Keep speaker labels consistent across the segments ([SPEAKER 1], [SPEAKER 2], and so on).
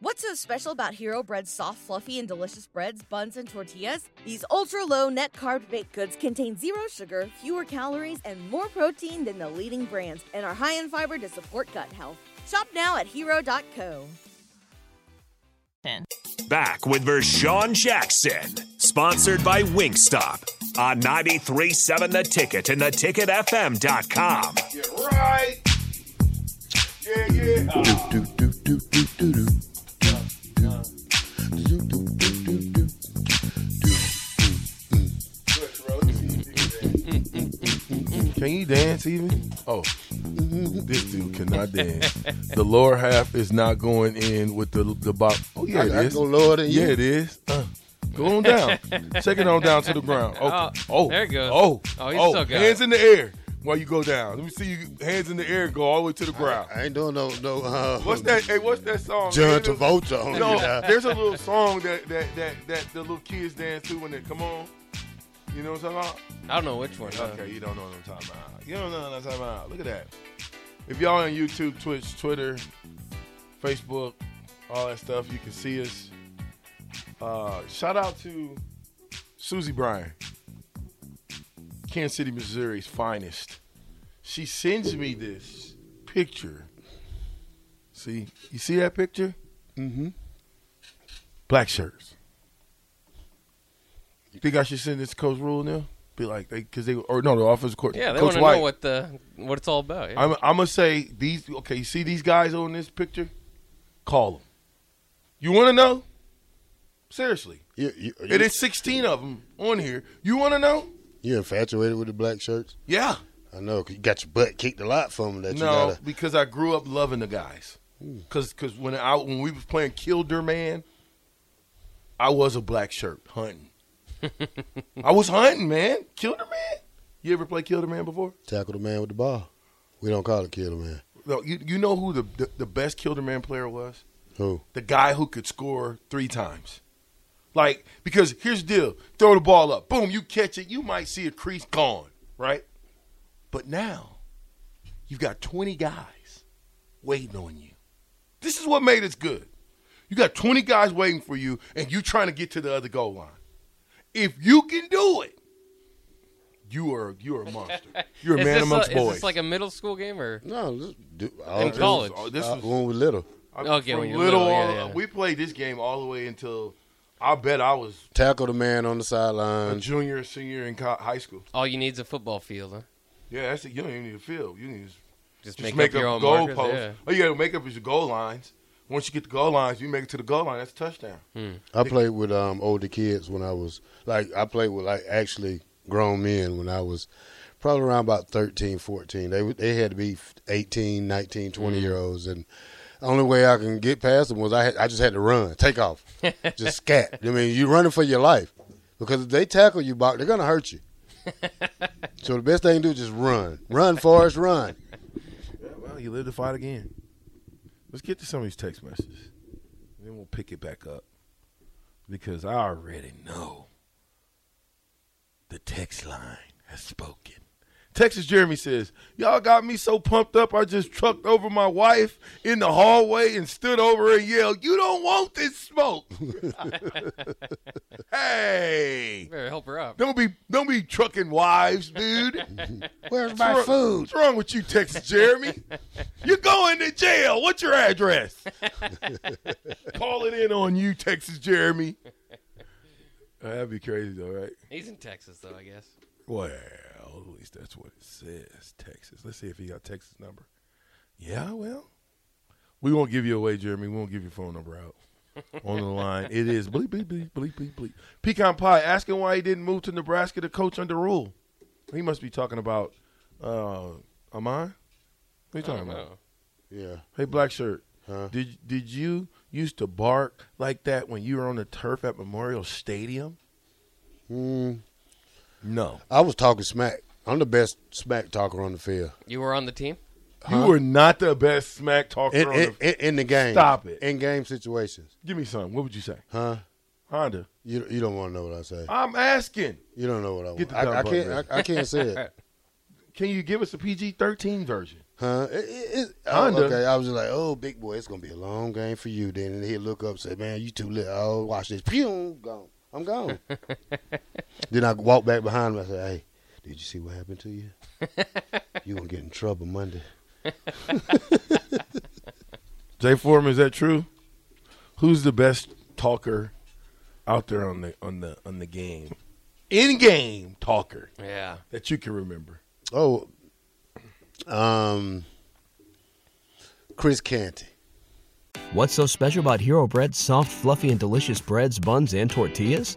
[SPEAKER 1] What's so special about Hero Bread's soft, fluffy, and delicious breads, buns, and tortillas? These ultra low net carb baked goods contain zero sugar, fewer calories, and more protein than the leading brands, and are high in fiber to support gut health. Shop now at hero.co.
[SPEAKER 2] Back with Vershawn Jackson, sponsored by Wingstop on 937 The Ticket and theticketfm.com.
[SPEAKER 3] Get right. Yeah, yeah.
[SPEAKER 4] Do, do, do, do, do, do. Do, do, do, do, do.
[SPEAKER 3] Push, bro. It's easy today.
[SPEAKER 4] Can you dance even? Oh, this dude cannot dance. the lower half is not going in with the the bop. Oh yeah,
[SPEAKER 5] I-
[SPEAKER 4] it
[SPEAKER 5] I
[SPEAKER 4] is.
[SPEAKER 5] go lower than you.
[SPEAKER 4] Yeah, it is. Uh, go on down. Check it on down to the ground. Okay.
[SPEAKER 6] Oh,
[SPEAKER 4] Oh,
[SPEAKER 6] there it goes.
[SPEAKER 4] Oh,
[SPEAKER 6] Oh, you still got
[SPEAKER 4] hands
[SPEAKER 6] it.
[SPEAKER 4] in the air while you go down. Let me see you hands in the air. Go all the way to the ground.
[SPEAKER 5] I ain't doing no no. Uh,
[SPEAKER 4] What's that? Hey, what's that song?
[SPEAKER 5] John
[SPEAKER 4] There's a-
[SPEAKER 5] Travolta. on
[SPEAKER 4] No,
[SPEAKER 5] you now.
[SPEAKER 4] there's a little song that that that that the little kids dance to when they come on. You know what I'm talking about?
[SPEAKER 6] I don't know which one. huh?
[SPEAKER 4] Okay, you don't know what I'm talking about. You don't know what I'm talking about. Look at that. If y'all on YouTube, Twitch, Twitter, Facebook, all that stuff, you can see us. Uh, shout out to Susie Bryan, Kansas City, Missouri's finest. She sends me this picture. See, you see that picture?
[SPEAKER 5] Mhm.
[SPEAKER 4] Black shirts. You think I should send this to Coach Rule now? Be like, they because they or no, the offensive coordinator.
[SPEAKER 6] Yeah, they
[SPEAKER 4] Coach
[SPEAKER 6] want to
[SPEAKER 4] White.
[SPEAKER 6] know what the what it's all about. Yeah.
[SPEAKER 4] I'm, I'm gonna say these. Okay, you see these guys on this picture? Call them. You want to know? Seriously,
[SPEAKER 5] You, you, you,
[SPEAKER 4] it is 16 of them on here. You want to know?
[SPEAKER 5] you infatuated with the black shirts?
[SPEAKER 4] Yeah.
[SPEAKER 5] I know. 'cause You got your butt kicked a lot from them that you
[SPEAKER 4] No,
[SPEAKER 5] gotta.
[SPEAKER 4] because I grew up loving the guys. Because because when I when we was playing Kilder Man, I was a black shirt hunting. I was hunting, man. Kilder Man. You ever play Kilder Man before?
[SPEAKER 5] Tackle the man with the ball. We don't call it kill the man.
[SPEAKER 4] No. You you know who the the, the best Kilder Man player was?
[SPEAKER 5] Who?
[SPEAKER 4] the guy who could score three times. Like, because here's the deal throw the ball up, boom, you catch it, you might see a crease gone, right? But now you've got 20 guys waiting on you. This is what made us good. You got 20 guys waiting for you, and you trying to get to the other goal line. If you can do it, you are you are a monster. You're a
[SPEAKER 6] is
[SPEAKER 4] man
[SPEAKER 6] this
[SPEAKER 4] amongst
[SPEAKER 6] a,
[SPEAKER 4] boys.
[SPEAKER 6] Is this like a middle school game or?
[SPEAKER 5] No, this, dude,
[SPEAKER 6] In
[SPEAKER 5] this-
[SPEAKER 6] college.
[SPEAKER 4] Oh, this
[SPEAKER 5] uh,
[SPEAKER 4] was-
[SPEAKER 5] when we little.
[SPEAKER 4] I-
[SPEAKER 6] Oh, Okay,
[SPEAKER 4] from
[SPEAKER 6] when you're
[SPEAKER 4] little,
[SPEAKER 6] little,
[SPEAKER 4] all-
[SPEAKER 6] yeah, yeah.
[SPEAKER 4] we played this game all the way until I bet I was
[SPEAKER 5] Tackle the man on the
[SPEAKER 4] a
[SPEAKER 5] sideline.
[SPEAKER 4] junior, senior in co- high school.
[SPEAKER 6] All you need's a football field. Huh?
[SPEAKER 4] Yeah, that's it. You don't even need a field. You need to just,
[SPEAKER 6] Just,
[SPEAKER 4] just
[SPEAKER 6] make,
[SPEAKER 4] make,
[SPEAKER 6] up your
[SPEAKER 4] up,
[SPEAKER 6] own
[SPEAKER 4] goal
[SPEAKER 6] markers,
[SPEAKER 4] posts.
[SPEAKER 6] yeah.
[SPEAKER 4] All you got to make up is your goal lines. Once you get the goal lines, you make it to the goal line. That's a touchdown.
[SPEAKER 5] I played with um, older kids when I was like I played with like actually grown men when I was probably around about 13, 14. They were- they had to be 18, 19, 20 year olds and only way I can get past them was I had, I just had to run, take off, just scat. I mean, you're running for your life because if they tackle you, Bach, they're gonna hurt you. so the best thing to do is just run, run, Forrest, run.
[SPEAKER 4] well, you live to fight again. Let's get to some of these text messages. Then we'll pick it back up. Because I already know the text line has spoken. Texas Jeremy says, Y'all got me so pumped up, I just trucked over my wife in the hallway and stood over her and yelled, You don't want this smoke. hey.
[SPEAKER 6] Better help her up.
[SPEAKER 4] Don't be don't be trucking wives, dude.
[SPEAKER 5] Where's
[SPEAKER 4] What's wrong- What's wrong with you, Texas Jeremy? You're going to jail. What's your address? Call it in on you, Texas Jeremy. Uh, that'd be crazy, though, right?
[SPEAKER 6] He's in Texas though, I guess.
[SPEAKER 4] Well, at least that's what it says, Texas. Let's see if he got Texas number. Yeah, well, we won't give you away, Jeremy. We won't give your phone number out on the line. It is bleep bleep bleep bleep bleep bleep. Pecan pie asking why he didn't move to Nebraska to coach under rule. He must be talking about uh, Amon. What are you
[SPEAKER 6] I
[SPEAKER 4] talking
[SPEAKER 6] don't
[SPEAKER 4] about?
[SPEAKER 6] know.
[SPEAKER 5] Yeah,
[SPEAKER 4] Hey, black shirt.
[SPEAKER 5] Huh?
[SPEAKER 4] Did did you used to bark like that when you were on the turf at Memorial Stadium?
[SPEAKER 5] Mm,
[SPEAKER 4] No,
[SPEAKER 5] I was talking smack. I'm the best smack talker on the field.
[SPEAKER 6] You were on the team.
[SPEAKER 4] you were not the best smack talker.
[SPEAKER 5] In,
[SPEAKER 4] on
[SPEAKER 5] in,
[SPEAKER 4] the-
[SPEAKER 5] in, in the game.
[SPEAKER 4] Stop it.
[SPEAKER 5] In game situations.
[SPEAKER 4] Give me some. What would you say?
[SPEAKER 5] Huh?
[SPEAKER 4] Honda.
[SPEAKER 5] You you don't want to know what I say.
[SPEAKER 4] I'm asking.
[SPEAKER 5] You don't know what I want.
[SPEAKER 4] Get the
[SPEAKER 5] I, I
[SPEAKER 4] dumb button
[SPEAKER 5] can't I, I can't say it.
[SPEAKER 4] Can you give us a PG-13 version?
[SPEAKER 5] Huh? It, it, it, oh,
[SPEAKER 4] Kinda.
[SPEAKER 5] okay. I was just like, oh, big boy, it's gonna be a long game for you. Then and he'd look up, and say, man, you too little. Oh, watch this. Pew, gone. I'm gone. then I walk back behind him. I said, hey, did you see what happened to you? you gonna get in trouble Monday.
[SPEAKER 4] Jay Foreman, is that true? Who's the best talker out there on the on the on the game? In game talker
[SPEAKER 6] Yeah.
[SPEAKER 4] that you can remember.
[SPEAKER 5] Oh, um, Chris Canty.
[SPEAKER 7] What's so special about Hero Bread's soft, fluffy, and delicious breads, buns, and tortillas?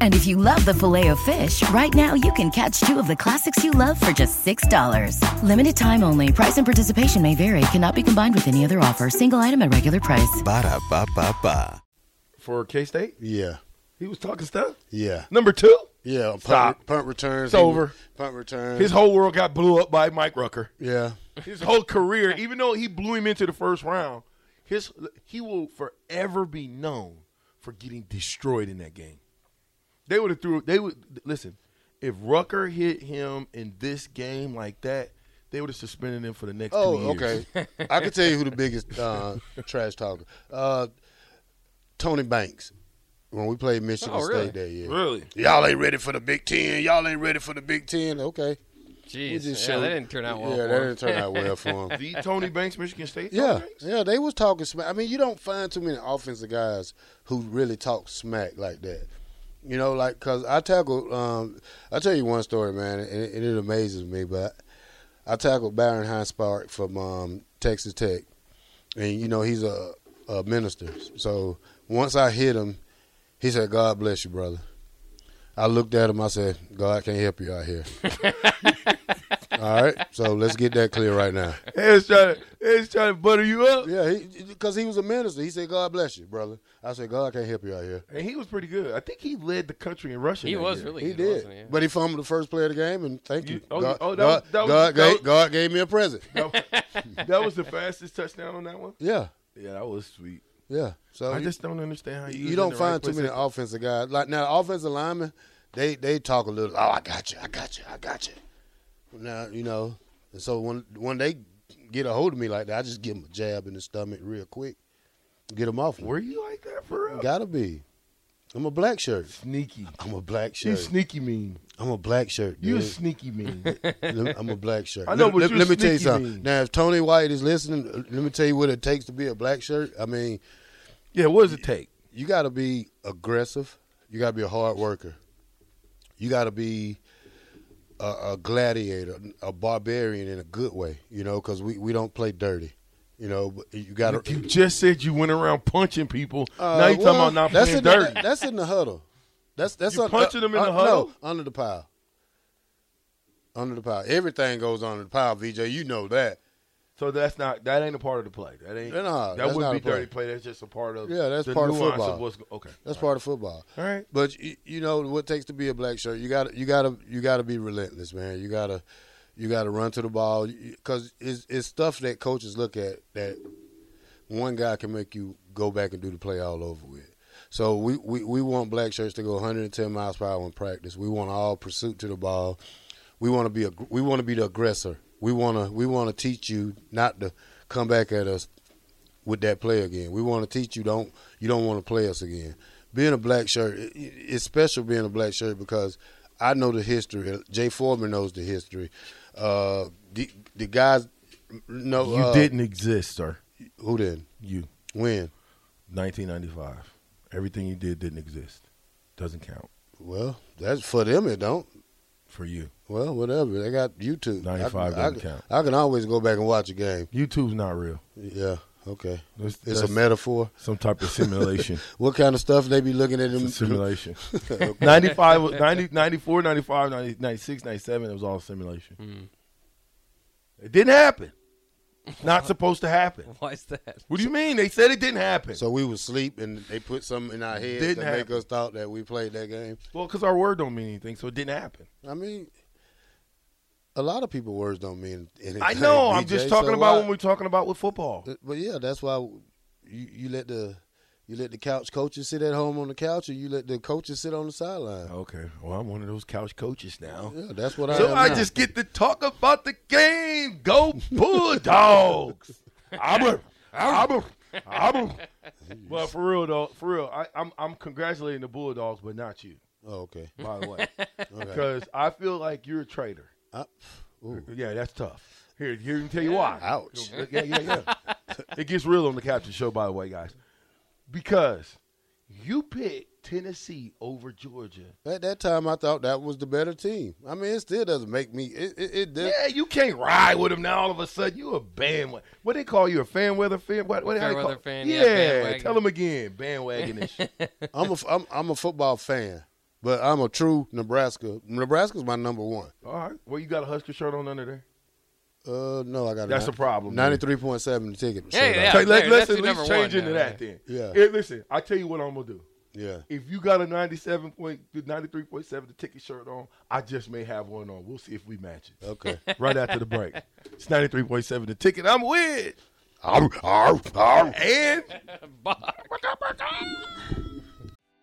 [SPEAKER 8] And if you love the filet of fish, right now you can catch two of the classics you love for just $6. Limited time only. Price and participation may vary. Cannot be combined with any other offer. Single item at regular price.
[SPEAKER 9] Ba-da-ba-ba-ba.
[SPEAKER 4] For K State?
[SPEAKER 5] Yeah,
[SPEAKER 4] He was talking stuff.
[SPEAKER 5] yeah,
[SPEAKER 4] Number two?
[SPEAKER 5] yeah.
[SPEAKER 4] Stop.
[SPEAKER 5] Punt, punt returns.
[SPEAKER 4] It's over.
[SPEAKER 5] Punt returns.
[SPEAKER 4] His whole world got blew up by Mike Rucker.
[SPEAKER 5] yeah.
[SPEAKER 4] His whole career, even though he blew him into the first round, his he will forever be known for getting destroyed in that game. They would have threw they would listen, if Rucker hit him in this game like that, they would have suspended him for the next two
[SPEAKER 5] Oh,
[SPEAKER 4] years.
[SPEAKER 5] okay. I can tell you who the biggest uh, trash talker. Uh, Tony Banks. When we played Michigan
[SPEAKER 6] Oh, really?
[SPEAKER 5] State that year.
[SPEAKER 4] Really?
[SPEAKER 5] Y'all ain't ready for the Big Ten. Y'all ain't ready for the Big Ten. Okay. We
[SPEAKER 6] Jeez. Yeah,
[SPEAKER 5] just showed-
[SPEAKER 6] that didn't turn out well.
[SPEAKER 5] Yeah,
[SPEAKER 6] for
[SPEAKER 5] that
[SPEAKER 6] him.
[SPEAKER 5] didn't turn out well for him.
[SPEAKER 4] The Tony Banks, Michigan State. Tony
[SPEAKER 5] Yeah,
[SPEAKER 4] Banks?
[SPEAKER 5] yeah, they was talking smack. I mean, you don't find too many offensive guys who really talk smack like that. You know, like because I tackled. Um, I tell you one story, man, and it, and it amazes me. But I tackled Byron Heinspark from um, Texas Tech, and you know he's a, a minister. So once I hit him, he said, "God bless you, brother." I looked at him. I said, "God can't help you out here." All right, so let's get that clear right now.
[SPEAKER 4] They was trying to, they was trying to butter you up.
[SPEAKER 5] Yeah, because he, was a minister. He said, "God bless you, brother." I said, "God can't help you out here."
[SPEAKER 4] And he was pretty good. I think he led the country in rushing.
[SPEAKER 6] He
[SPEAKER 4] that
[SPEAKER 6] was
[SPEAKER 4] year.
[SPEAKER 6] really
[SPEAKER 5] He
[SPEAKER 6] good,
[SPEAKER 5] did,
[SPEAKER 6] wasn't he?
[SPEAKER 5] but he fumbled the first play of the game, and thank you.
[SPEAKER 4] You- oh,
[SPEAKER 5] God,
[SPEAKER 4] oh, that
[SPEAKER 5] God,
[SPEAKER 4] was- that was-
[SPEAKER 5] God
[SPEAKER 4] that
[SPEAKER 5] gave,
[SPEAKER 4] was-
[SPEAKER 5] God gave me a present.
[SPEAKER 4] That, that was the fastest touchdown on that one.
[SPEAKER 5] Yeah,
[SPEAKER 4] Yeah, that was sweet.
[SPEAKER 5] yeah. So
[SPEAKER 4] I
[SPEAKER 5] you-
[SPEAKER 4] just don't understand how you.
[SPEAKER 5] you,
[SPEAKER 4] was in
[SPEAKER 5] don't
[SPEAKER 4] the
[SPEAKER 5] find
[SPEAKER 4] right
[SPEAKER 5] too many
[SPEAKER 4] place at-
[SPEAKER 5] offensive guys. Like now, offensive linemen, they they talk a little. Oh, I got you, I got you, I got you. Now you know, and so when when they get a hold of me like that, I just give them a jab in the stomach real quick, get them off. me.
[SPEAKER 4] Were you like that for real?
[SPEAKER 5] Gotta be. I'm a black shirt.
[SPEAKER 4] Sneaky.
[SPEAKER 5] I'm a black
[SPEAKER 4] You
[SPEAKER 5] shirt.
[SPEAKER 4] sneaky mean.
[SPEAKER 5] I'm a black shirt.
[SPEAKER 4] You a
[SPEAKER 5] Dude.
[SPEAKER 4] sneaky mean.
[SPEAKER 5] Lem- I'm a black shirt.
[SPEAKER 4] I know,
[SPEAKER 5] Lem-
[SPEAKER 4] but
[SPEAKER 5] lem-
[SPEAKER 4] you
[SPEAKER 5] let me tell you
[SPEAKER 4] sneaky
[SPEAKER 5] something.
[SPEAKER 4] mean.
[SPEAKER 5] Now, if Tony White is listening, uh, let me tell you what it takes to be a black shirt. I mean,
[SPEAKER 4] yeah, what does it take?
[SPEAKER 5] you got to be aggressive. You got to be a hard worker. You got to be a, a gladiator, a barbarian in a good way. You know, because we, we don't play dirty. You know, but you got
[SPEAKER 4] You
[SPEAKER 5] to.
[SPEAKER 4] just said you went around punching people. now you talking about not
[SPEAKER 5] Uh, that's
[SPEAKER 4] playing
[SPEAKER 5] in the-
[SPEAKER 4] dirty.
[SPEAKER 5] that's in the huddle. That's that's
[SPEAKER 4] You
[SPEAKER 5] un-
[SPEAKER 4] punching
[SPEAKER 5] uh,
[SPEAKER 4] them in the
[SPEAKER 5] uh,
[SPEAKER 4] huddle?
[SPEAKER 5] No, under the pile. Under the pile. Everything goes under the pile, VJ. You know that.
[SPEAKER 4] so that's not that ain't a part of the play. That ain't
[SPEAKER 5] No,
[SPEAKER 4] that
[SPEAKER 5] that's
[SPEAKER 4] would
[SPEAKER 5] not
[SPEAKER 4] be
[SPEAKER 5] a play.
[SPEAKER 4] dirty play. That's just a part of
[SPEAKER 5] Yeah, that's
[SPEAKER 4] the
[SPEAKER 5] part of
[SPEAKER 4] nuance
[SPEAKER 5] football.
[SPEAKER 4] Of what's, go- okay,
[SPEAKER 5] That's part of football.
[SPEAKER 4] All right.
[SPEAKER 5] But you, you know what takes to be a black shirt. You got to you got to you got to be relentless, man. You got to you got to run to the ball because it's it's stuff that coaches look at that one guy can make you go back and do the play all over with. So we, we, we want black shirts to go 110 miles per hour in practice. We want all pursuit to the ball. We want to be a, we want to be the aggressor. We want to we want to teach you not to come back at us with that play again. We want to teach you don't you don't want to play us again. Being a black shirt, it, it's special being a black shirt because I know the history. Jay Foreman knows the history. Uh, the the guys know
[SPEAKER 4] you
[SPEAKER 5] uh,
[SPEAKER 4] didn't exist, sir.
[SPEAKER 5] who didn't
[SPEAKER 4] You
[SPEAKER 5] when.
[SPEAKER 4] 1995. Everything you did didn't exist. Doesn't count
[SPEAKER 5] Well, that's for them. It don't.
[SPEAKER 4] for you.
[SPEAKER 5] Well, whatever. They got YouTube. I-
[SPEAKER 4] 95
[SPEAKER 5] I,
[SPEAKER 4] doesn't count.
[SPEAKER 5] I can always go back and watch a game.
[SPEAKER 4] YouTube's not real.
[SPEAKER 5] Yeah. Okay.
[SPEAKER 4] That's-
[SPEAKER 5] It's
[SPEAKER 4] that's
[SPEAKER 5] a metaphor.
[SPEAKER 4] Some type of simulation.
[SPEAKER 5] What kind of stuff they be looking at
[SPEAKER 4] It's
[SPEAKER 5] them?
[SPEAKER 4] a simulation.
[SPEAKER 5] Okay.
[SPEAKER 4] 95, was- 90, 94, 95, 90, 96, 97, it was all simulation. It didn't happen. Not supposed to happen.
[SPEAKER 6] Why is that?
[SPEAKER 4] What do you mean? They said it didn't happen.
[SPEAKER 5] So we would sleep, and they put something in our heads
[SPEAKER 4] Didn't
[SPEAKER 5] to make
[SPEAKER 4] happen.
[SPEAKER 5] us thought that we played that game.
[SPEAKER 4] well, because our word don't mean anything, so it didn't happen.
[SPEAKER 5] I mean, a lot of people words don't mean anything.
[SPEAKER 4] I know. I'm
[SPEAKER 5] BJ,
[SPEAKER 4] just
[SPEAKER 5] so
[SPEAKER 4] talking about
[SPEAKER 5] why-
[SPEAKER 4] when we're talking about with football.
[SPEAKER 5] Th- But yeah, that's why you, you let the you let the couch coaches sit at home on the couch, or you let the coaches sit on the sideline.
[SPEAKER 4] Okay. Well, I'm one of those couch coaches now.
[SPEAKER 5] Yeah, that's what I.
[SPEAKER 4] So
[SPEAKER 5] am
[SPEAKER 4] I
[SPEAKER 5] now.
[SPEAKER 4] just get to talk about the game. Go Bulldogs! I'm a, I'm a, I'm a. Well, for real though, for real, I, I'm I'm congratulating the Bulldogs, but not you,
[SPEAKER 5] Oh, okay.
[SPEAKER 4] by the way,
[SPEAKER 5] okay.
[SPEAKER 4] because I feel like you're a traitor.
[SPEAKER 5] I, ooh,
[SPEAKER 4] Yeah, that's tough. Here, here, let me tell you why.
[SPEAKER 5] ouch.
[SPEAKER 4] Yeah, yeah, yeah. it gets real on the captain show, by the way, guys, because you picked Tennessee over Georgia.
[SPEAKER 5] At that time, I thought that was the better team. I mean, it still doesn't make me. It it, it does.
[SPEAKER 4] Yeah, you can't ride with them now. All of a sudden, you a bandwagon. What they call you a fan weather fan? What, what how they
[SPEAKER 6] Fairweather
[SPEAKER 4] call-
[SPEAKER 6] fan, yeah,
[SPEAKER 4] Yeah,
[SPEAKER 6] bandwagon.
[SPEAKER 4] tell them again, bandwagon and shit.
[SPEAKER 5] I'm a f- I'm, I'm a football fan, but I'm a true Nebraska. Nebraska's my number one.
[SPEAKER 4] All right, well, you got a Husker shirt on under there.
[SPEAKER 5] Uh, no, I got
[SPEAKER 4] That's the problem, man.
[SPEAKER 5] Ninety three point seven ticket.
[SPEAKER 6] Yeah, yeah.
[SPEAKER 4] Hey, let, let's
[SPEAKER 6] there, that's
[SPEAKER 4] at
[SPEAKER 6] your
[SPEAKER 4] least
[SPEAKER 6] number
[SPEAKER 4] change
[SPEAKER 6] one
[SPEAKER 4] into
[SPEAKER 6] now,
[SPEAKER 4] that then.
[SPEAKER 5] Yeah.
[SPEAKER 4] Hey, listen, I tell you what I'm gonna do.
[SPEAKER 5] yeah.
[SPEAKER 4] If you got a 97 point, 93.7 the ticket shirt on, I just may have one on. We'll see if we match it.
[SPEAKER 5] Okay.
[SPEAKER 4] Right after the break, it's 93.7 the ticket. I'm with.
[SPEAKER 5] Arr, arr, arr.
[SPEAKER 4] And